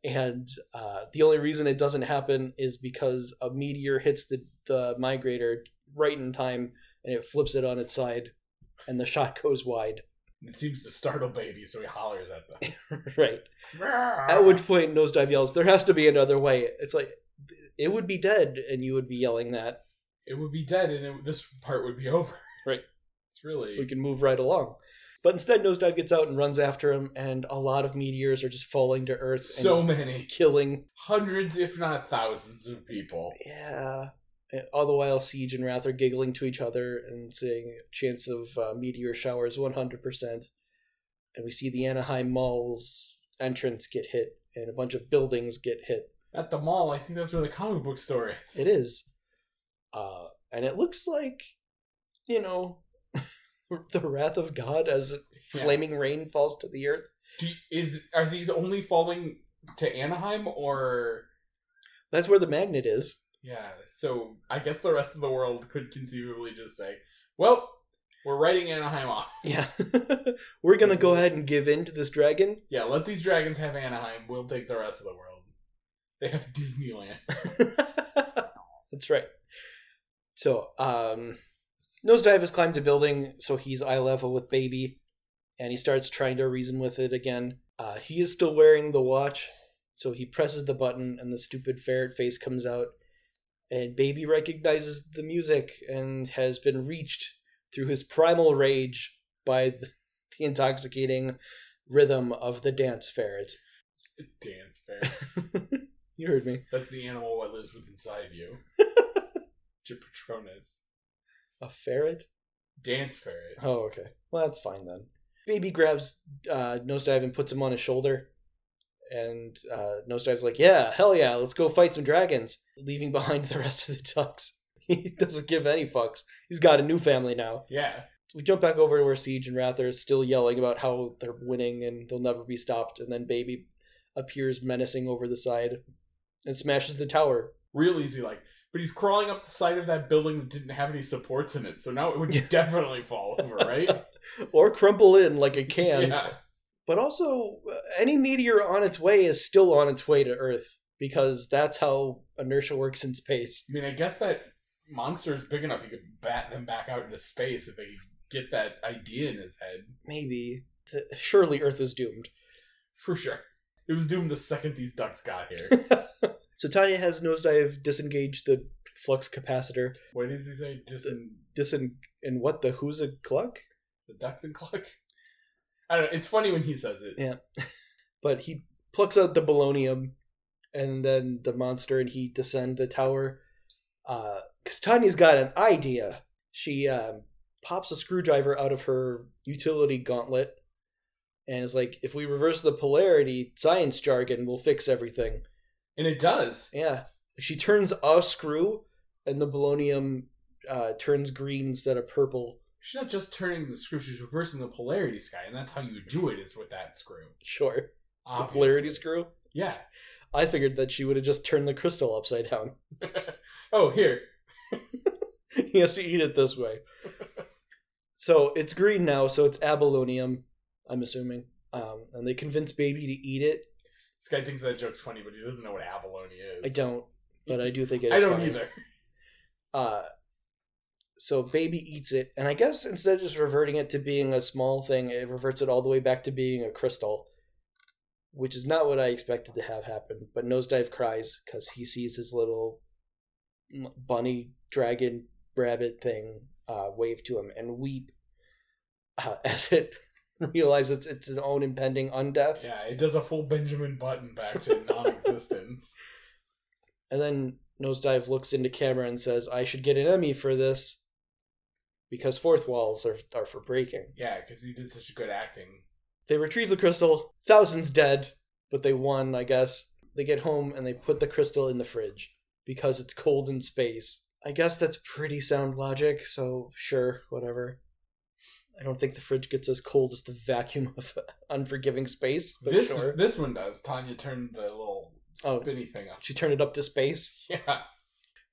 and uh the only reason it doesn't happen is because a meteor hits the the migrator right in time and it flips it on its side and the shot goes wide It seems to startle baby, so he hollers at them. right I at which point nosedive yells there has to be another way it's like it would be dead and you would be yelling that It would be dead, and it, this part would be over. Right. It's really. we can move right along. But instead, Nosedive gets out and runs after him, and a lot of meteors are just falling to Earth so and many. killing. Hundreds, if not thousands, of people. Yeah. And All the while, Siege and Wrath are giggling to each other and saying, chance of uh, meteor showers 100%. And we see the Anaheim Mall's entrance get hit, and a bunch of buildings get hit. At the mall, I think that's where the comic book store is. It is. Uh, and it looks like, you know, the wrath of God as Yeah. flaming rain falls to the earth. Do, is are these only falling to Anaheim or That's where the magnet is. Yeah, so I guess the rest of the world could conceivably just say, "Well, we're writing Anaheim off. Yeah. We're going to go ahead and give in to this dragon. Yeah, let these dragons have Anaheim. We'll take the rest of the world. They have Disneyland. That's right. So, um, Nosedive has climbed a building, so he's eye level with Baby, and he starts trying to reason with it again. Uh, he is still wearing the watch, so he presses the button, and the stupid ferret face comes out. And Baby recognizes the music and has been reached through his primal rage by the, the intoxicating rhythm of the dance ferret. Dance fair. you heard me. That's the animal that lives with inside you. it's your Patronus. A ferret? Dance ferret. Oh, okay. Well, that's fine then. Baby grabs uh, Nosedive and puts him on his shoulder. And uh, Nosedive's like, yeah, hell yeah, let's go fight some dragons, leaving behind the rest of the ducks. He doesn't give any fucks. He's got a new family now. Yeah, So we jump back over to where Siege and Wrath are still yelling about how they're winning and they'll never be stopped. And then Baby appears menacing over the side and smashes the tower. real easy. Like, but he's crawling up the side of that building that didn't have any supports in it, so now it would Yeah. definitely fall over, right? Or crumple in like a can. yeah. but also uh, any meteor on its way is still on its way to earth because that's how inertia works in space I mean, I guess that monster is big enough he could bat them back out into space if they could get that idea in his head. maybe Th- surely earth is doomed For sure. It was doomed the second these ducks got here. so tanya has nosedive disengage the flux capacitor. What does he say? Disen Disin and what the who's a cluck? the ducks and cluck. I don't know. It's funny when he says it. Yeah. But he plucks out the balonium and then the monster and he descend the tower. Uh, cause Tanya's got an idea. She um, pops a screwdriver out of her utility gauntlet and is like, if we reverse the polarity, science jargon will fix everything. And it does. Yeah. She turns a screw and the balonium uh, turns green instead of purple. She's not just turning the screw, she's reversing the polarity sky, and that's how you do it is with that screw. Sure. The Obviously. polarity screw. Yeah. I figured that she would have just turned the crystal upside down. oh, here. he has to eat it this way. So it's green now, so it's abalonium, I'm assuming. Um, and they convince baby to eat it. This guy thinks that joke's funny, but he doesn't know what abalone is. I don't, but I do think it's I don't either. Uh, so baby eats it, and I guess instead of just reverting it to being a small thing, it reverts it all the way back to being a crystal, which is not what I expected to have happen. But Nosedive cries because he sees his little bunny, dragon, rabbit thing uh, wave to him and weep uh, as it realizes it's its own impending undeath. Yeah, it does a full Benjamin Button back to non existence. And then Nosedive looks into camera and says, I should get an Emmy for this because fourth walls are, are for breaking. yeah, because he did such good acting. They retrieve the crystal, thousands dead, but they won, I guess. They get home and they put the crystal in the fridge because it's cold in space. I guess that's pretty sound logic, so sure, whatever. I don't think the fridge gets as cold as the vacuum of unforgiving space, but This sure. this one does. Tanya turned the little Oh. spinny thing up. She turned it up to space. Yeah.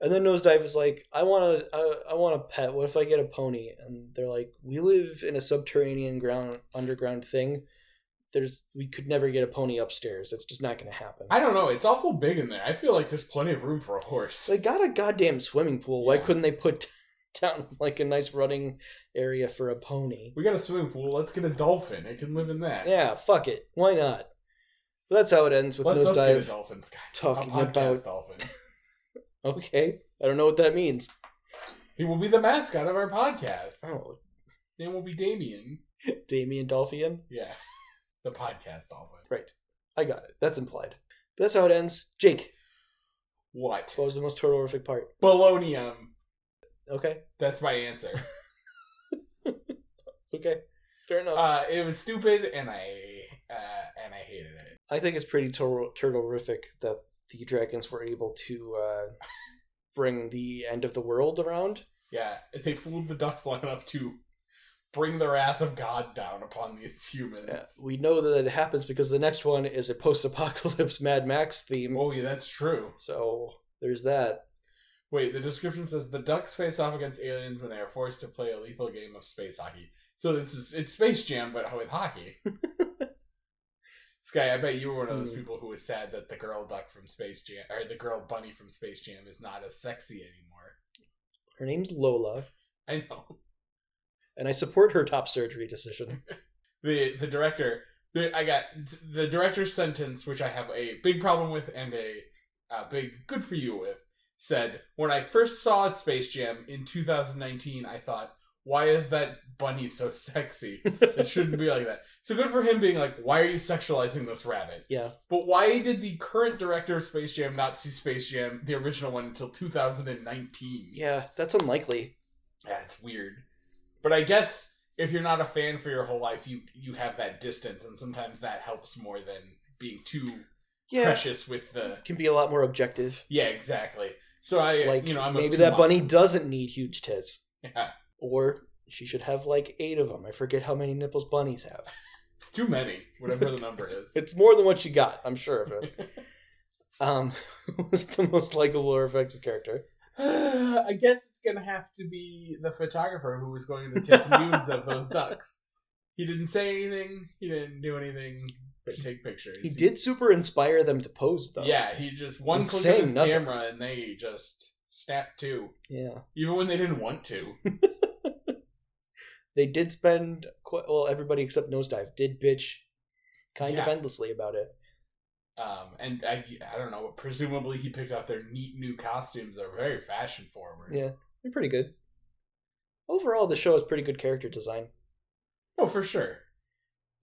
And then Nosedive is like, I want a, I, I want a pet. What if I get a pony? And they're like, we live in a subterranean ground, underground thing. There's, we could never get a pony upstairs. That's just not going to happen. I don't know. It's awful big in there. I feel like there's plenty of room for a horse. They got a goddamn swimming pool. Why Yeah. couldn't they put down like a nice running area for a pony? we got a swimming pool. Let's get a dolphin. It can live in that. Yeah, fuck it. Why not? But that's how it ends with Let's us get a nosedive. dolphin, Sky. talking a podcast about- dolphin. Okay, I don't know what that means. He will be the mascot of our podcast. Oh, His name will be Damien. Damien Dolphin. Yeah. The podcast dolphin. Right, I got it. That's implied. But that's how it ends. Jake, What? what was the most horrific part? Bolonium. Okay, That's my answer. okay, fair enough. Uh, it was stupid, and I uh, and I hated it. I think it's pretty tur- turtlerific that the dragons were able to uh, bring the end of the world around. Yeah, they fooled the ducks long enough to bring the wrath of God down upon these humans. Yeah, we know that it happens because the next one is a post-apocalypse Mad Max theme. Oh, yeah, that's true. So there's that. Wait, the description says the ducks face off against aliens when they are forced to play a lethal game of space hockey. So this is it's Space Jam, but with hockey. Sky, I bet you were one of those Hmm. people who was sad that the girl duck from Space Jam or the girl bunny from Space Jam is not as sexy anymore. Her name's Lola, I know and I support her top surgery decision. the the director. The, I got the director's sentence, which I have a big problem with and a, a big good for you with. Said when I first saw Space Jam in 2019, I thought, why is that bunny so sexy? It shouldn't be like that. So good for him being like, why are you sexualizing this rabbit? Yeah. But why did the current director of Space Jam not see Space Jam, the original one, until 2019? yeah, that's unlikely. Yeah, it's weird. But I guess if you're not a fan for your whole life, you you have that distance, and sometimes that helps more than being too Yeah, precious with the. can be a lot more objective. Yeah, exactly. So I, Like you know, I'm of maybe two that bunny minds. doesn't need huge tits, Yeah, or she should have like eight of them. I forget how many nipples bunnies have. it's too many, whatever the number is. It's more than what she got, I'm sure of it. um, who's the most likable or effective character? I guess it's gonna have to be the photographer who was going to take nudes of those ducks. He didn't say anything. He didn't do anything but He- take pictures. He did super inspire them to pose, though. Yeah, he just one He's click of saying his nothing. camera and they just snapped to, yeah. even when they didn't want to. they did spend quite well everybody except nosedive did bitch kind of Yeah. endlessly about it Um, and I, I don't know. Presumably, he picked out their neat new costumes. They're very fashion forward. Yeah, they're pretty good. Overall, the show has pretty good character design. Oh, for sure.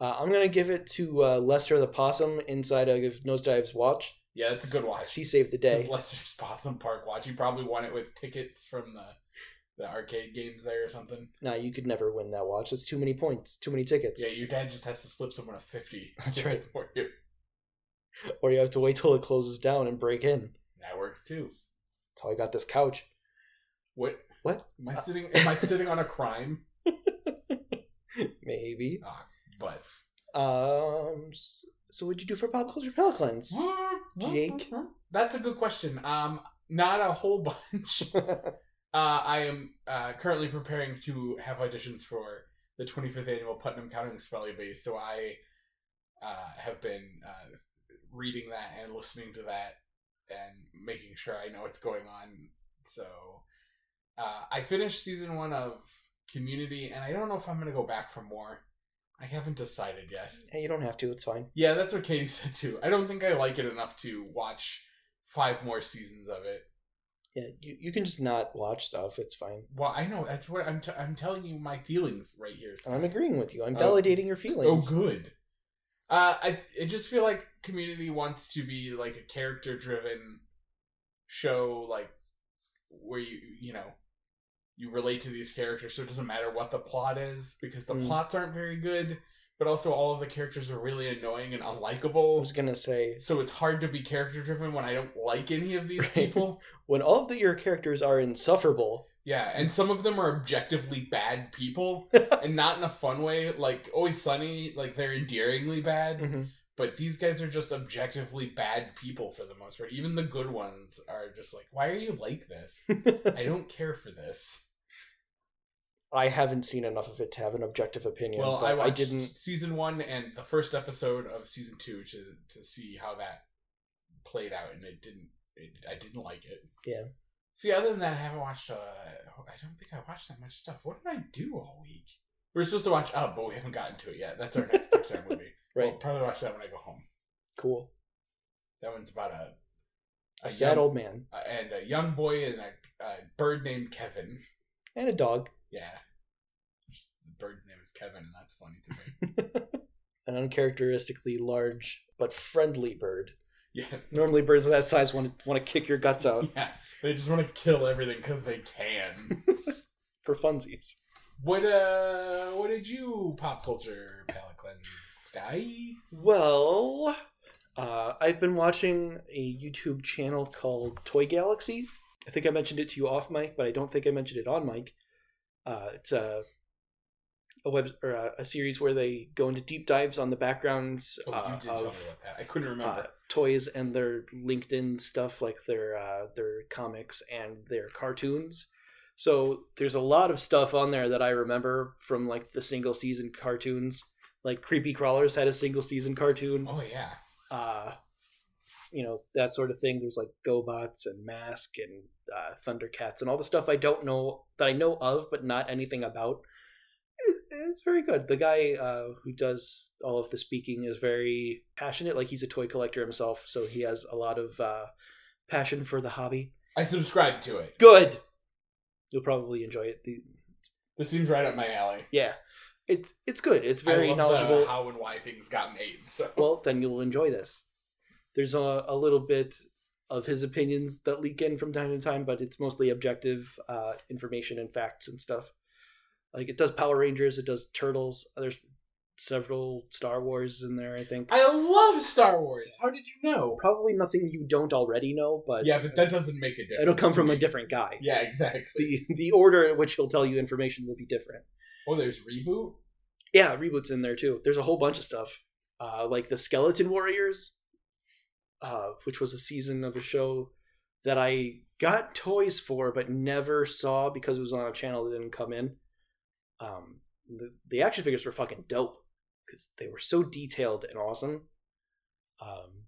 Uh, I'm gonna give it to uh, Lester the Possum inside of Nosedive's watch. Yeah, that's a good watch. He saved the It's day. Lester's Possum Park watch. He probably won it with tickets from the the arcade games there or something. Nah, you could never win that watch. That's too many points, too many tickets, Yeah, your dad just has to slip someone a fifty. That's to right. get For you. or you have to wait till it closes down and break in. That works too. That's how I got this couch. What? What? Uh, Am I sitting? Am I sitting on a crime? Maybe. But Um. s- So, what'd you do for pop culture palate cleanse? Jake? That's a good question. Um, not a whole bunch. Uh, I am uh, currently preparing to have auditions for the 25th annual Putnam Counting Spelling Bee, so I uh, have been uh, reading that and listening to that and making sure I know what's going on. So uh, I finished season one of Community, and I don't know if I'm going to go back for more. I haven't decided yet. hey, you don't have to. It's fine. Yeah, that's what Katie said too. I don't think I like it enough to watch five more seasons of it. Yeah, you, you can just not watch stuff. It's fine. Well, I know that's what I'm. T- I'm telling you my feelings right here. Stan. I'm agreeing with you. I'm Oh. validating your Oh, feelings. good. Uh, I I just feel like Community wants to be like a character driven show, like where you you know you relate to these characters, so it doesn't matter what the plot is because the Mm. plots aren't very good, but also all of the characters are really annoying and I unlikable. was gonna say So it's hard to be character driven when I don't like any of these Right. people. when all of the, your characters are insufferable. Yeah, and some of them are objectively bad people, and not in a fun way. Like Always Sunny, like they're endearingly bad, Mhm. but these guys are just objectively bad people for the most part. Even the good ones are just like, why are you like this? I don't care for this. I haven't seen enough of it to have an objective opinion. well, but I I, watched didn't. season one and the first episode of season two to to see how that played out, and it didn't. It, I didn't like it. Yeah. See, other than that, I haven't watched. Uh, I don't think I watched that much stuff. What did I do all week? We are supposed to watch Up, but we haven't gotten to it yet. That's our next Pixar movie. Right. We'll probably watch that when I go home. cool. That one's about a A a sad young, old man uh, and a young boy and a, a bird named Kevin. and a dog, Yeah. Just- The bird's name is Kevin, and that's funny to me. an uncharacteristically large but friendly bird. yeah. Normally, birds of that size want to want to kick your guts out Yeah, they just want to kill everything because they can. for funsies. what uh, what did you pop culture palate cleanse, Sky? Well, uh, I've been watching a YouTube channel called Toy Galaxy. I think I mentioned it to you off mic, but I don't think I mentioned it on mic. Uh, it's a a web or a, a series where they go into deep dives on the backgrounds Oh, uh, you did tell me of about that. I couldn't uh, remember. toys and their LinkedIn stuff, like their uh, their comics and their cartoons. So there's a lot of stuff on there that I remember from like the single season cartoons. Like Creepy Crawlers had a single season cartoon, oh yeah, uh, you know that sort of thing. There's like GoBots and Mask and uh, Thundercats and all the stuff I don't know that I know of, but not anything about. It- It's very good. The guy uh, who does all of the speaking is very passionate. Like he's a toy collector himself, so he has a lot of uh, passion for the hobby. I subscribed to it. Good. You'll probably enjoy it. The, This seems right up my alley. yeah, it's it's good. It's very I love knowledgeable. The how and why things got made. So well, then you'll enjoy this. There's a, a little bit of his opinions that leak in from time to time, but it's mostly objective uh, information and facts and stuff. Like it does Power Rangers, it does Turtles. There's several Star Wars in there, I think. I love Star Wars. How did you know? Probably nothing you don't already know, but yeah, but that doesn't make a difference. Uh, it'll come to from a me. different guy. Yeah, exactly. The the order in which he'll tell you information will be different. oh, there's reboot. Yeah, reboots in there too. There's a whole bunch of stuff, uh, like the Skeleton Warriors, uh, which was a season of a show that I got toys for but never saw because it was on a channel that didn't come in. Um, the, the action figures were fucking dope because they were so detailed and awesome. Um,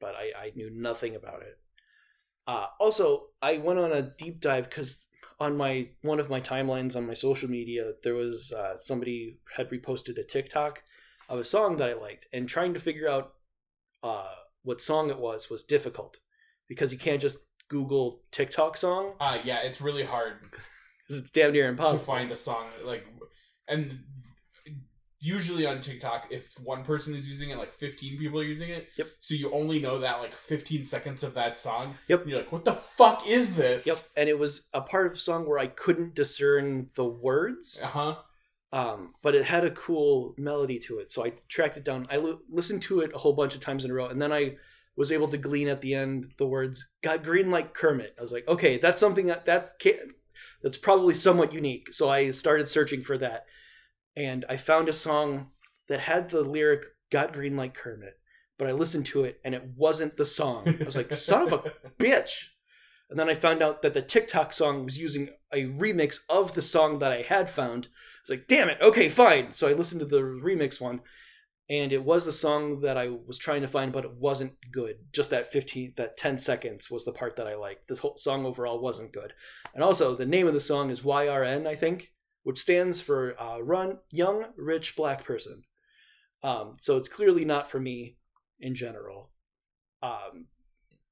but I, I knew nothing about it. Uh, also, I went on a deep dive because on my one of my timelines on my social media, there was uh, somebody had reposted a TikTok of a song that I liked, and trying to figure out uh, what song it was was difficult because you can't just Google TikTok song Uh, yeah, it's really hard 'cause it's damn near to impossible. find a song like, and usually on TikTok, if one person is using it, like fifteen people are using it. Yep. So you only know that like fifteen seconds of that song. Yep. And you're like, what the fuck is this? Yep, and it was a part of a song where I couldn't discern the words, Uh huh. um, but it had a cool melody to it. So I tracked it down. I l- listened to it a whole bunch of times in a row, and then I was able to glean at the end the words "got green like Kermit." I was like, okay, that's something that that's ca- that's probably somewhat unique. So I started searching for that, and I found a song that had the lyric "got green like Kermit," but I listened to it and it wasn't the song. I was like, son of a bitch. And then I found out that the TikTok song was using a remix of the song that I had found. It's like, damn it, okay, fine. So I listened to the remix one, and it was the song that I was trying to find, but it wasn't good. Just that 15, that 10 seconds was the part that I liked. This whole song overall wasn't good. And also, the name of the song is YRN, I think, which stands for uh, Run Young Rich Black Person. Um, so it's clearly not for me in general. Um,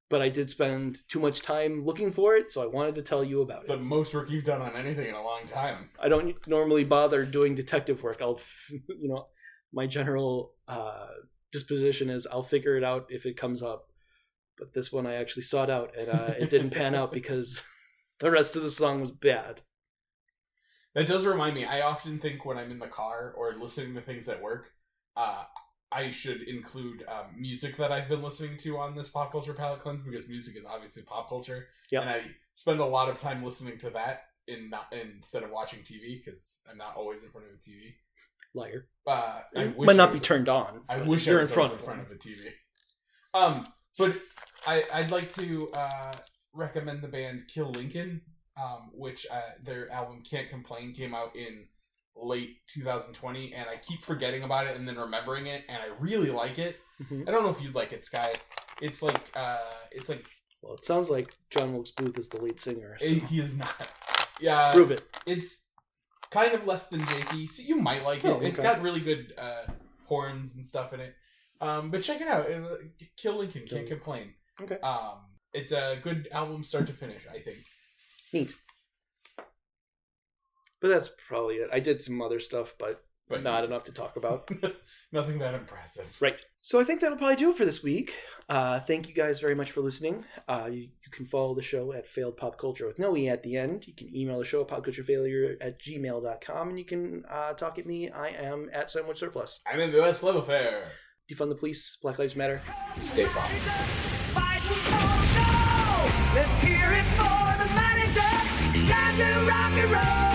but I did spend too much time looking for it, so I wanted to tell you about the it. most work you've done on anything in a long time. I don't normally bother doing detective work. I'll, f- you know, my general uh, disposition is I'll figure it out if it comes up. But this one I actually sought out, and uh, it didn't pan out because the rest of the song was bad. That does remind me. I often think when I'm in the car or listening to things at work, uh, I should include um, music that I've been listening to on this pop culture palette cleanse because music is obviously pop culture, Yeah. and I spend a lot of time listening to that in not, instead of watching TV because I'm not always in front of the TV. Liar. Uh, I It wish might I not be was- turned on. I but wish you're I was in front always of in front one. of the TV. Um, but I, I'd like to uh, recommend the band Kill Lincoln, um, which uh, their album Can't Complain came out in late 2020, and I keep forgetting about it and then remembering it, and I really like it. Mhm. I don't know if you'd like it, Sky. It's like uh, it's like Well, it sounds like John Wilkes Booth is the lead singer. So. he is not. Yeah, Prove it. it's kind of less than janky. So you might like it. Oh, It's okay. got really good uh, horns and stuff in it. Um, but check it out. It's, uh, Kill Lincoln Kill can't Lincoln. complain. Okay. Um, it's a good album, start to finish. I think. Neat. But that's probably it. I did some other stuff, but, But not enough to talk about. Nothing that impressive. right. So I think that'll probably do it for this week. Uh, thank you guys very much for listening. Uh, you, you can follow the show at Failed Pop Culture with no E at the end. You can email the show at popculturefailure at gmail.com and you can uh, talk at me. I am at Sandwich Surplus. I'm in the West Love Affair. Defund the police. Black Lives Matter. Stay frosty. Let's hear it for the mighty ducks. Time to rock and roll.